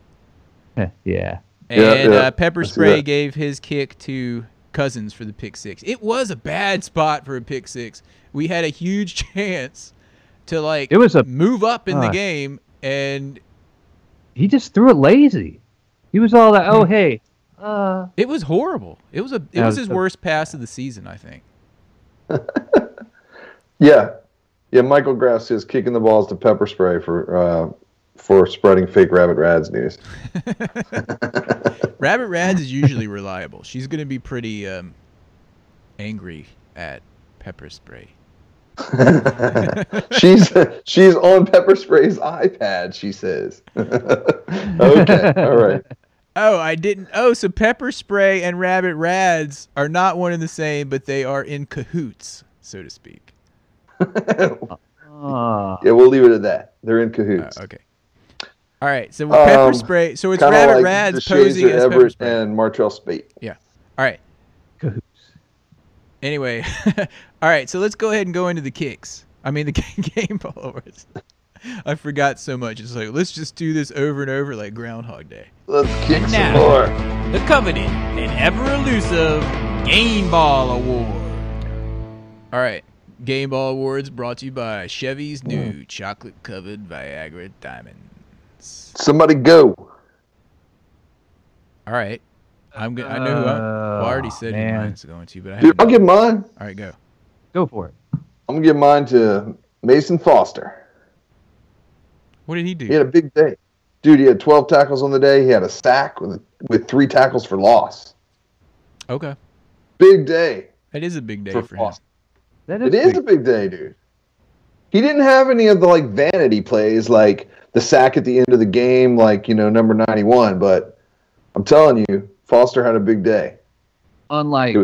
Heh, yeah.
and
Yeah, yeah.
Uh, Pepper
I see
Spray
that.
gave his kick to Cousins for the pick six. It was a bad spot for a pick six. We had a huge *laughs* chance to like
It was a
move up in the
Uh.
game, and
he just threw it lazy. He was all that, oh hey, uh
it was horrible. It was a it
Yeah,
was
it
his
was-
worst pass of the season, I think. *laughs*
Yeah, yeah. Michael Graff says kicking the balls to pepper spray for uh, for spreading fake Rabbit Rads news. *laughs*
Rabbit Rads is usually reliable. She's going to be pretty um, angry at pepper spray.
she's she's on pepper spray's iPad. She says. *laughs* okay, all right.
Oh, I didn't. Oh, so pepper spray and rabbit rads are not one and the same, but they are in cahoots, so to speak.
*laughs*
uh
Yeah, we'll leave it at that. They're in
Uh,
cahoots.
okay. All right. So pepper
Um,
spray. So it's
Kinda
rabbit
like
rads
DeShazer
posing as pepper
Everett
spray.
and Martrell Spate.
All right.
cahoots.
Anyway, *laughs* all right, so let's go ahead and go into the kicks. I mean, the *laughs* game ball awards. *laughs* I forgot so much. It's like, let's just do this over and over like Groundhog Day.
Let's kick
And
some
now-
more.
The coveted and ever elusive Game Ball Award.
All right, Game Ball Awards brought to you by Chevy's new chocolate covered Viagra Diamonds.
Somebody go.
All right. I'm gonna. I know who I, well, I already
Oh,
said who
man.
mine's going to, but I
Dude,
haven't.
I'll give mine.
All right, go.
Go for it.
I'm gonna give mine to Mason Foster.
What did he do?
He had a big day. Dude, he had 12 tackles on the day. He had a sack with with three tackles for loss.
Okay,
Big day
that is a big day
for
for him.
Foster.
That
It is a big day, dude. He didn't have any of the like vanity plays, like the sack at the end of the game, like you know number 91. But I'm telling you, Foster had a big day.
unlike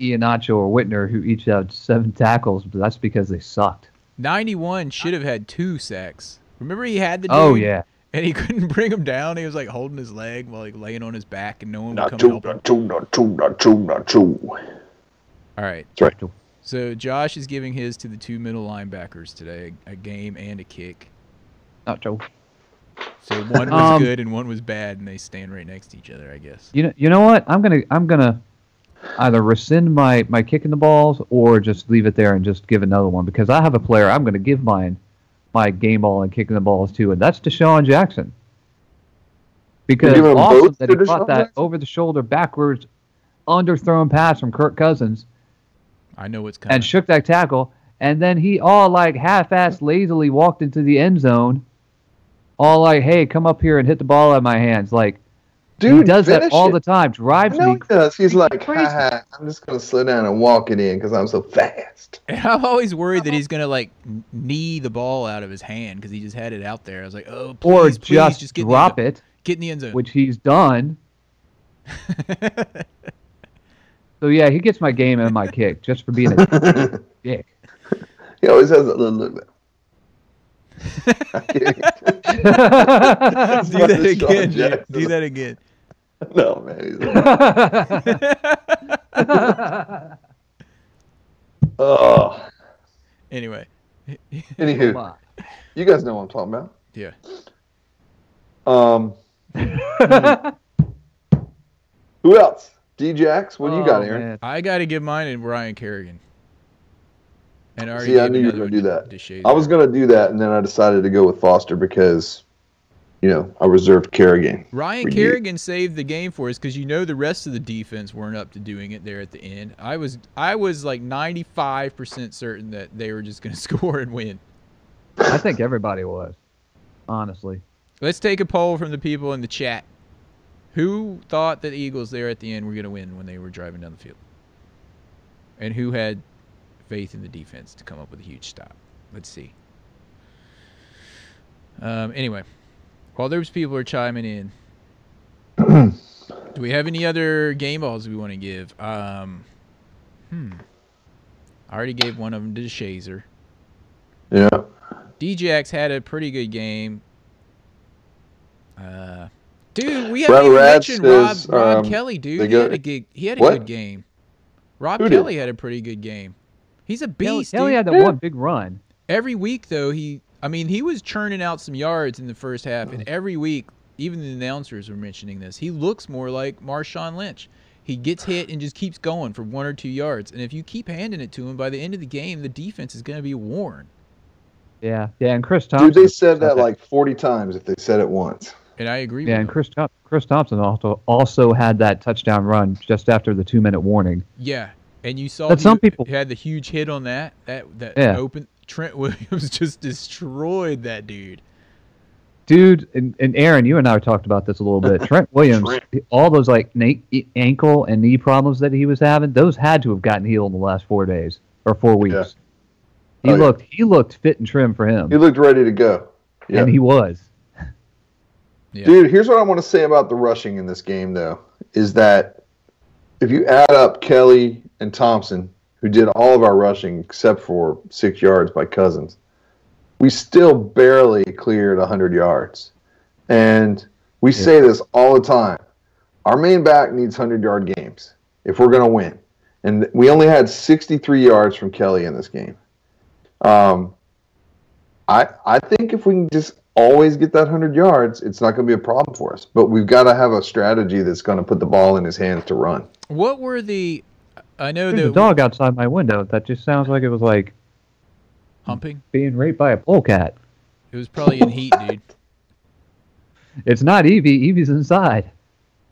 Iannaccio or Whitner who each had seven tackles, but that's because they sucked.
91 should have had two sacks. Remember, he had the. Dude
Oh yeah.
and he *laughs* couldn't bring him down. He was like holding his leg while like laying on his back, and no one would
Not
come
two,
help him.
not two, not two, not two, not two.
All right,
That's
right.
So Josh is giving his to the two middle linebackers today, a game and a kick.
Not Joe.
So one was
Um,
good and one was bad, and they stand right next to each other, I guess.
You know, you know what? I'm gonna, I'm gonna either rescind my my kick in the balls or just leave it there and just give another one because I have a player I'm gonna give mine my game ball and kicking the balls to, and that's Deshaun Jackson. Because
giving 'em
awesome
both
that
to
he caught
Deshaun
that
Jackson?
over the shoulder backwards underthrown pass from Kirk Cousins
I know what's coming.
and shook that tackle, and then he all like half-assed lazily walked into the end zone, all like, "Hey, come up here and hit the ball out of my hands." Like
Dude
he does that
finish
all
it.
the time, drives
No,
me
he does. He's like,
crazy.
ha, ha, I'm just gonna slow down and walk it in because I'm so fast.
*laughs*
*laughs*
And I'm always worried
Uh-huh.
that he's gonna like kn- knee the ball out of his hand because he just had it out there. I was like, oh, please, please,
or just,
just get in the
drop
end
it,
zone. Get in the end *laughs* zone.
which he's done. So yeah, he gets my
*laughs*
game and my kick just for being a dick.
He always has a little. little I can't-
That's
Do that
Deshaun
again. dude.
Jackson.
Do that again.
*laughs* no man, he's like, oh.
*laughs* Anyway,
Anywho, you guys know what I'm talking about.
yeah.
Um, who else? D-Jax, what do you
Oh,
got, Aaron?
I got to give mine to Ryan Kerrigan. And I already
See, I
gave
knew you were
another
gonna do
one
that.
to Shazier.
I was gonna do that, and then I decided to go with Foster because you know, a reserved care game.
Ryan
for you.
Kerrigan saved the game for us because you know the rest of the defense weren't up to doing it there at the end. I was I was like ninety five percent certain that they were just going to *laughs* score and win.
I think everybody was, honestly.
Let's take a poll from the people in the chat. Who thought that the Eagles there at the end were going to win when they were driving down the field? And who had faith in the defense to come up with a huge stop? Let's see. Um, anyway, while those people are chiming in, do we have any other game balls we want to give? Um, hmm. I already gave one of them to Shazer.
Yeah.
DJX had a pretty good game. Uh, dude, we
Brad
haven't even
Rad
mentioned Rob,
says,
Rob
um,
Kelly, dude.
they
He
go-
had a good, he had a
What?
good game. Rob
Who did?
Kelly had a pretty good game. He's a
Kelly-
beast.
Kelly
dude.
had that one big run.
Every week though, he I mean, he was churning out some yards in the first half,
Mm.
and every week, even the announcers were mentioning this. He looks more like Marshawn Lynch. He gets hit and just keeps going for one or two yards. And if you keep handing it to him by the end of the game, the defense is going to be worn.
Yeah, yeah, and Chris Thompson.
Dude, they said that like 40 times if they said it once.
And I agree
Yeah,
with
and
him.
Chris Thom- Chris Thompson also also had that touchdown run just after the two minute warning.
Yeah, and you saw
But
the-
some people-
he had the huge hit on that. That that
Yeah.
open *laughs* Trent Williams just destroyed that dude.
Dude, and, and Aaron, you and I talked about this a
*laughs*
little bit. Trent Williams, all those like na- e, ankle and knee problems that he was having, those had to have gotten healed in the last four days or four weeks.
Yeah.
He
Oh, yeah.
looked he looked fit and trim for him,
He looked ready to go. Yeah.
and he was.
Yeah.
Dude, here's what I want to say about the rushing in this game, though, is that if you add up Kelly and Thompson, who did all of our rushing except for six yards by Cousins, we still barely cleared 100 yards. And we say this all the time our main back needs 100 yard games if we're going to win. And we only had 63 yards from Kelly in this game. Um, I I think if we can just always get that hundred yards, it's not going to be a problem for us. But we've got to have a strategy that's going to put the ball in his hands to run.
What were the? I know
There's a
that
dog outside my window. That just sounds like it was like
humping.
being raped by a polecat.
It was probably in heat, dude.
It's not Evie. Evie's inside.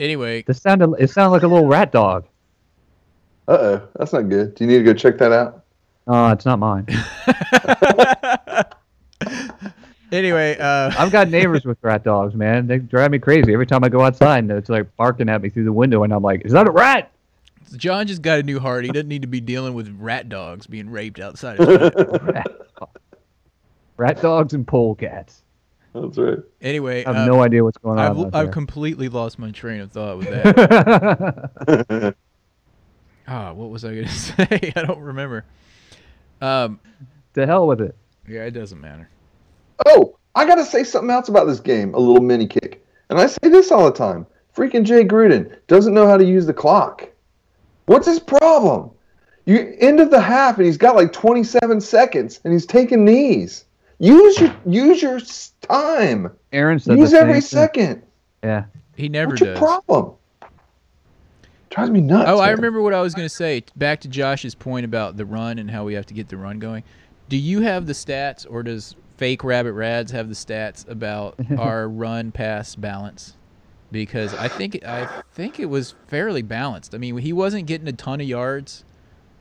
Anyway, *laughs*
This sounded it sounded like a little rat dog.
Uh oh, that's not good. Do you need to go check that out?
Oh, it's not mine.
anyway, uh,
I've got neighbors with rat dogs, man. They drive me crazy every time I go outside, and it's like barking at me through the window, and I'm like, "Is that a rat?"
John just got a new heart. He doesn't need to be dealing with rat dogs being raped outside.
*laughs*
His window.
Rat dogs and polecats.
That's right.
anyway,
I have
uh,
no idea what's going
I've,
on. out
I've
there.
completely lost my train of thought with that. *laughs* Ah, what was I going to *laughs* say? I don't remember. Um,
*laughs* to hell with it.
yeah, it doesn't matter.
Oh, I got to say something else about this game. A little mini kick, and I say this all the time. Freaking Jay Gruden doesn't know how to use the clock. What's his problem? You end of the half, and he's got like 27 seconds, and he's taking knees. Use your use your s- time.
Aaron said
Use
the same
every
thing.
second.
Yeah,
He never
What's your
does.
problem? Drives me
*laughs*
nuts.
Oh, I
man.
remember what I was going to say. Back to Josh's point about the run and how we have to get the run going. Do you have the stats, or does fake Rabbit Rads have the stats
*laughs*
about our run pass balance? Because I think I think it was fairly balanced. I mean, he wasn't getting a ton of yards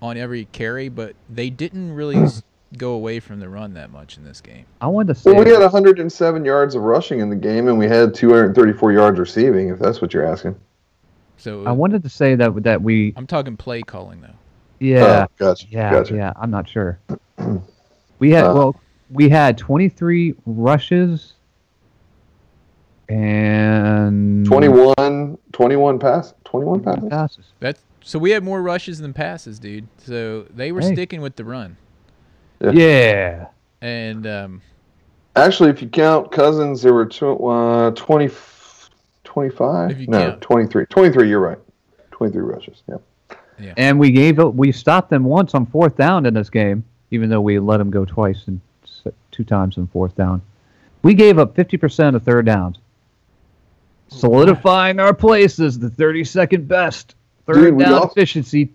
on every carry, but they didn't really
*clears throat*
s- go away from the run that much in this game.
I wanted to say.
Well, we had 107 yards of rushing in the game, and we had 234 yards receiving. If that's what you're asking.
So
I wanted to say that that we.
I'm talking play calling though.
Yeah.
Oh, gotcha.
Yeah,
Gotcha.
yeah, I'm
*clears throat*
not sure. We had
Uh,
well, we had 23 rushes and
21, 21 pass, 21 passes.
passes.
That's so we had more rushes than passes, dude. So they were
Hey.
sticking with the run,
Yeah.
Yeah,
and um,
Actually, if you count Cousins, there were tw- uh, 20, 25.
If you
no,
count.
23. 23. You're right. 23 rushes. Yeah.
and we gave we stopped them once on fourth down in this game, even though we let them go twice and s- two times on fourth down. We gave up 50% of third downs,
Oh,
solidifying our place as the 32nd best third
Dude, we
down
also-
efficiency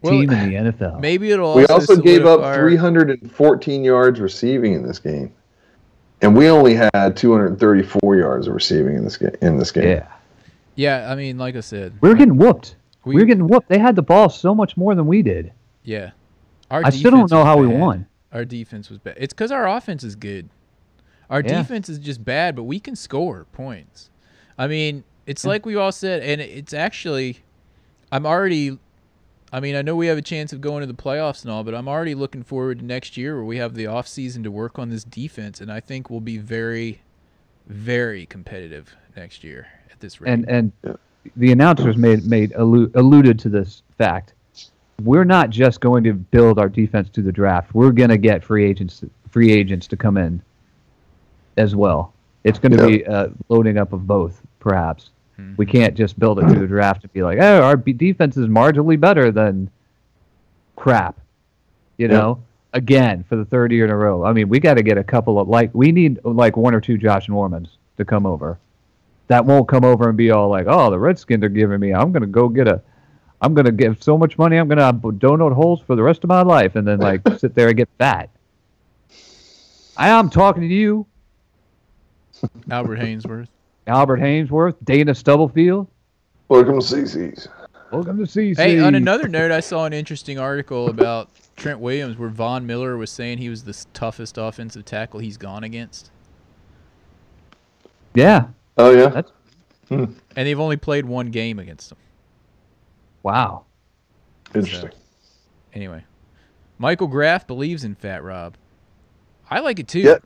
well,
team in the NFL.
Maybe it'll.
We also gave up
solidify our-
314 yards receiving in this game, and we only had 234 yards of receiving in this game. In this game,
Yeah.
Yeah, I mean, like I said,
We were getting whooped.
we-
We were getting whooped. They had the ball so much more than we did.
yeah. Our
I still don't
defense
know
was
how we
bad.
won.
Our defense was bad. It's because our offense is good. Our
Yeah.
defense is just bad, but we can score points. I mean, it's like we all said, and it's actually, I'm already, I mean, I know we have a chance of going to the playoffs and all, but I'm already looking forward to next year where we have the offseason to work on this defense, and I think we'll be very, very competitive next year at this rate.
And and the announcers made made allu- alluded to this fact. We're not just going to build our defense through the draft. We're going to get free agents free agents to come in as well. It's going to be uh, loading up of both, perhaps. We can't just build it through the draft and be like, oh, our b- defense is marginally better than crap. You
Yeah.
know, again for the third year in a row. I mean, we got to get a couple of like we need like one or two Josh Normans to come over. That won't come over and be all like, oh, the Redskins are giving me. I'm gonna go get a. I'm gonna give so much money. I'm gonna have donut holes for the rest of my life, and then like sit there and get fat. I am talking to you,
Albert Hainsworth.
Albert Hainsworth, Dana Stubblefield.
welcome to CC's.
Welcome to CC.
Hey, on another note, I saw an interesting article about Trent Williams where Von Miller was saying he was the s- toughest offensive tackle he's gone against.
yeah,
Oh yeah,
That's-
And they've only played one game against him.
wow.
interesting.
Anyway, Michael Graff believes in Fat Rob. I like it too.
Yeah.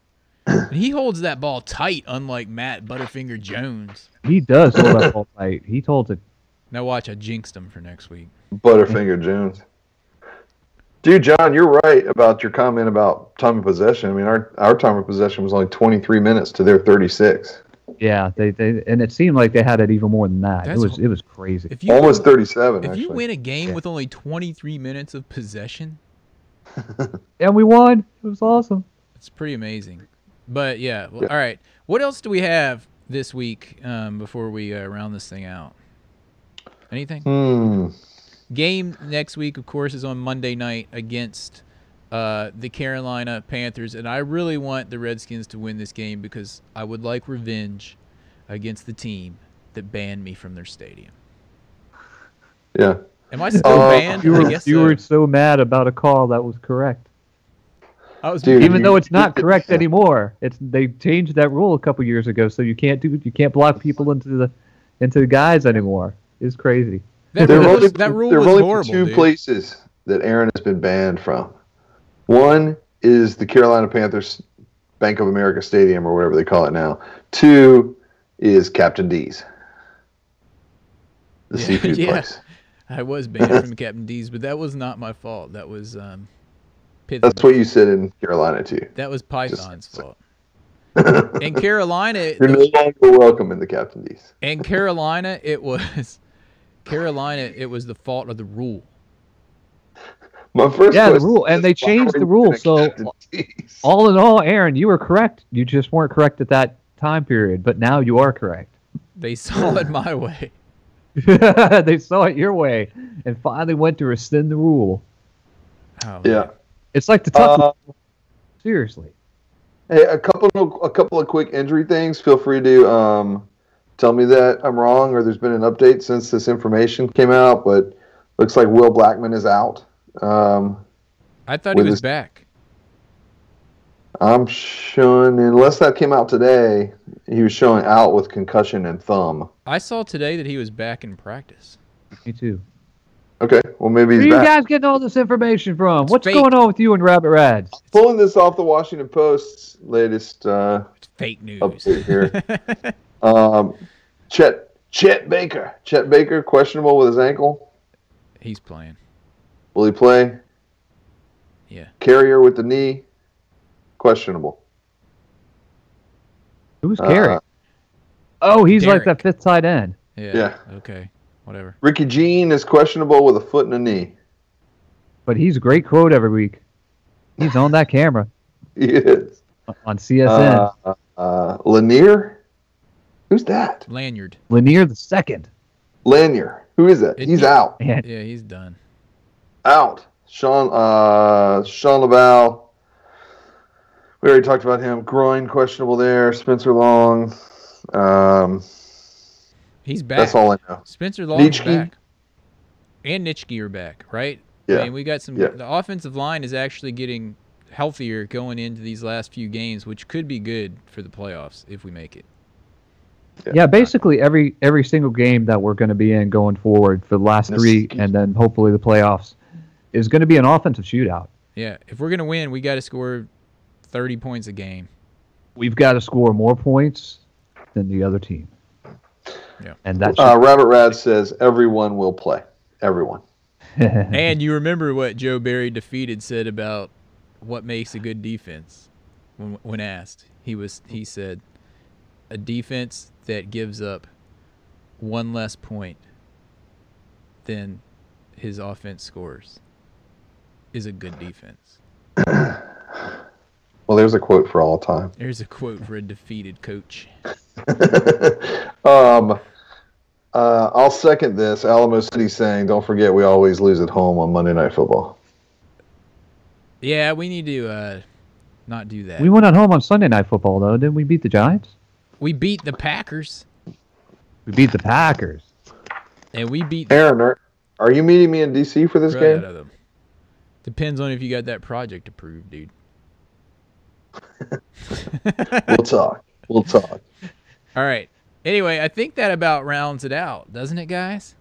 And he holds that ball tight, unlike Matt Butterfinger Jones.
He does hold up all night. He told it.
Now watch, I jinxed him for next week.
Butterfinger Jones. Dude, John, you're right about your comment about time of possession. I mean, our our time of possession was only 23 minutes to their 36,
Yeah, they, they and it seemed like they had it even more than that.
That's
it was
wh-
it was crazy.
If you
almost 37.
if
actually.
you win a game with only 23 minutes of possession,
and we won. It was awesome.
It's pretty amazing. But yeah, well, all right. What else do we have this week um, before we uh, round this thing out? Anything?
Hmm.
Game next week, of course, is on Monday night against uh, the Carolina Panthers, and I really want the Redskins to win this game because I would like revenge against the team that banned me from their stadium.
Yeah.
Am I still
Oh,
banned?
Uh, You
I
were,
guess
you
so.
were so mad about a call that was correct.
I was
Dude,
even
you-
though
*laughs*
it's not correct
Yeah.
anymore. It's they changed that rule a couple years ago, so you can't do you can't block people into the into the guys anymore. It's crazy.
*laughs* that,
There
rule
have only,
was, that rule
there have
was
only been
horrible.
two
dude.
places that Aaron has been banned from. One is the Carolina Panthers Bank of America Stadium or whatever they call it now. Two is Captain D's, the
Yeah,
seafood
yeah.
place.
I was
*laughs*
banned from Captain D's, but that was not my fault. That was um, Pittsburgh.
That's what you said in Carolina too. *laughs*
That was Python's fault. in Carolina,
*laughs* You're no longer welcome in the Captain D's.
in Carolina, it was Carolina. It was the fault of the rule.
My first
Yeah, the
question
rule- and
is,
they
why
changed
are you
the rule,
in a
so-
Captain D's?
All in all, Aaron, you were correct. You just weren't correct at that time period, but now you are correct. *laughs*
They saw it my way.
they saw it your way and finally went to rescind the rule.
Oh,
yeah.
It's like the tough
Uh,
seriously.
Hey, a couple of, a couple of quick injury things. Feel free to um, tell me that I'm wrong or there's been an update since this information came out. But looks like Will Blackman is out. Um,
I thought
With
he was
his-
back.
I'm showing unless that came out today. He was showing out with concussion and thumb.
I saw today that he was back in practice.
Me too.
Okay, well maybe
Where
he's
are you
back.
guys getting all this information from?
It's
What's
fake.
going on with you and Rabbit Rads?
Pulling this off the Washington Post's latest uh,
It's fake news.
update here. um, Chet Chet Baker. Chet Baker questionable with his ankle.
*laughs* He's playing.
Will he play?
Yeah.
Carrier with the knee. Questionable.
Who's
Uh,
Carrie? oh, he's
Derek.
like that fifth tight end.
Yeah.
Yeah.
Okay. Whatever.
Ricky Jean is questionable with a foot and a knee. *laughs*
but he's a great quote every week. He's on that camera
He is.
on CSN.
Uh, uh, Lanier? Who's that?
Lanyard.
Lanier the second.
Lanier. Who is that? He's out.
Man,
Yeah, he's done.
Out. Sean uh Sean Laval we already talked about him. Groin questionable there. Spencer Long. Um,
He's back.
that's all I know.
Spencer Long's
Nitschke?
back. And Nitschke are back, right? I
Yeah.
mean, we got some.
Yeah.
The offensive line is actually getting healthier going into these last few games, which could be good for the playoffs if we make it.
Yeah.
Yeah, basically every every single game that we're going to be in going forward for the last
This-
three, and then hopefully the playoffs, is going to be an offensive shootout.
Yeah, if we're gonna win, we got to score thirty points a
*laughs*
game.
We've got to score more points than the other team.
Yeah.
and that's
Uh, Robert Rad says everyone will play. Everyone. Uh,
And you remember what Joe Barry defeated said about what makes a good defense when, when asked. He was he said a defense that gives up one less point than his offense scores is a good defense.
Well, there's a quote for all time.
There's a quote for a defeated coach.
*laughs* um, uh, I'll second this. Alamo City saying, "Don't forget, we always lose at home on Monday Night Football."
Yeah, we need to uh, not do that.
*laughs* we went on home on Sunday Night Football though, didn't we? Beat the Giants.
we beat the Packers
We beat the Packers.
and we beat
Aaron, are, are you meeting me in DC for this
crud
game?
out of them. Depends on if you got that project approved, dude.
We'll talk. We'll talk.
All right. Anyway, I think that about rounds it out, doesn't it, guys?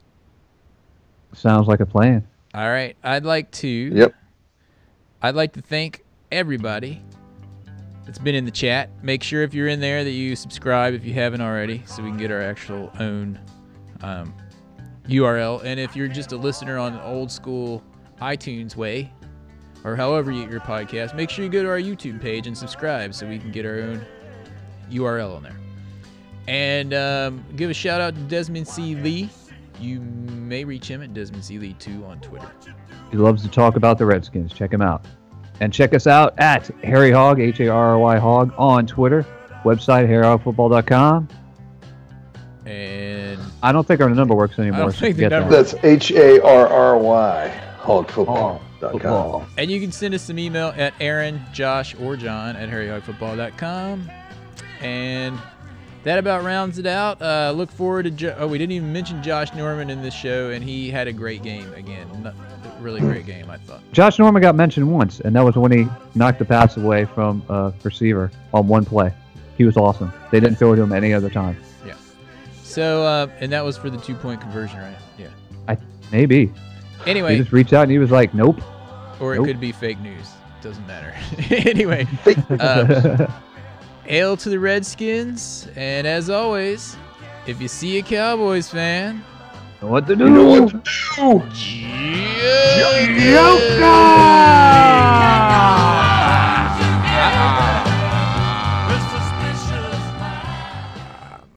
Sounds like a plan.
All right. I'd like to.
Yep.
I'd like to thank everybody that's been in the chat. Make sure if you're in there that you subscribe if you haven't already, so we can get our actual own um, URL. And if you're just a listener on old school iTunes way, or however you get your podcast, make sure you go to our YouTube page and subscribe so we can get our own URL on there. And um, give a shout out to Desmond C. Lee. You may reach him at Desmond C. Lee2 on Twitter.
He loves to talk about the Redskins. Check him out. And check us out at Harry Hog, H A R R Y Hog, on Twitter. Website, harryhogfootball.com.
And
I don't think our number works anymore.
don't
so
think the
forget
number-
that.
That's H A R R Y hogfootball.com.
Football.
And you can send us an email at Aaron, Josh, or John at harryhogfootball.com. And that about rounds it out. Uh, look forward to. Jo- oh, we didn't even mention Josh Norman in this show, and he had a great game again. N- Really great game, I thought.
Josh Norman got mentioned once, and that was when he knocked the pass away from a receiver on one play. He was awesome. They didn't throw it to him any other time.
So, uh, and that was for the two point conversion, right? Yeah.
Maybe. He
Anyway,
just reached out and he was like, nope.
or it
Nope.
could be fake news. Doesn't matter. *laughs* anyway, uh, hail to the Redskins. And as always, if you see a Cowboys fan,
*laughs* what to do?
You know what to do.
Joker!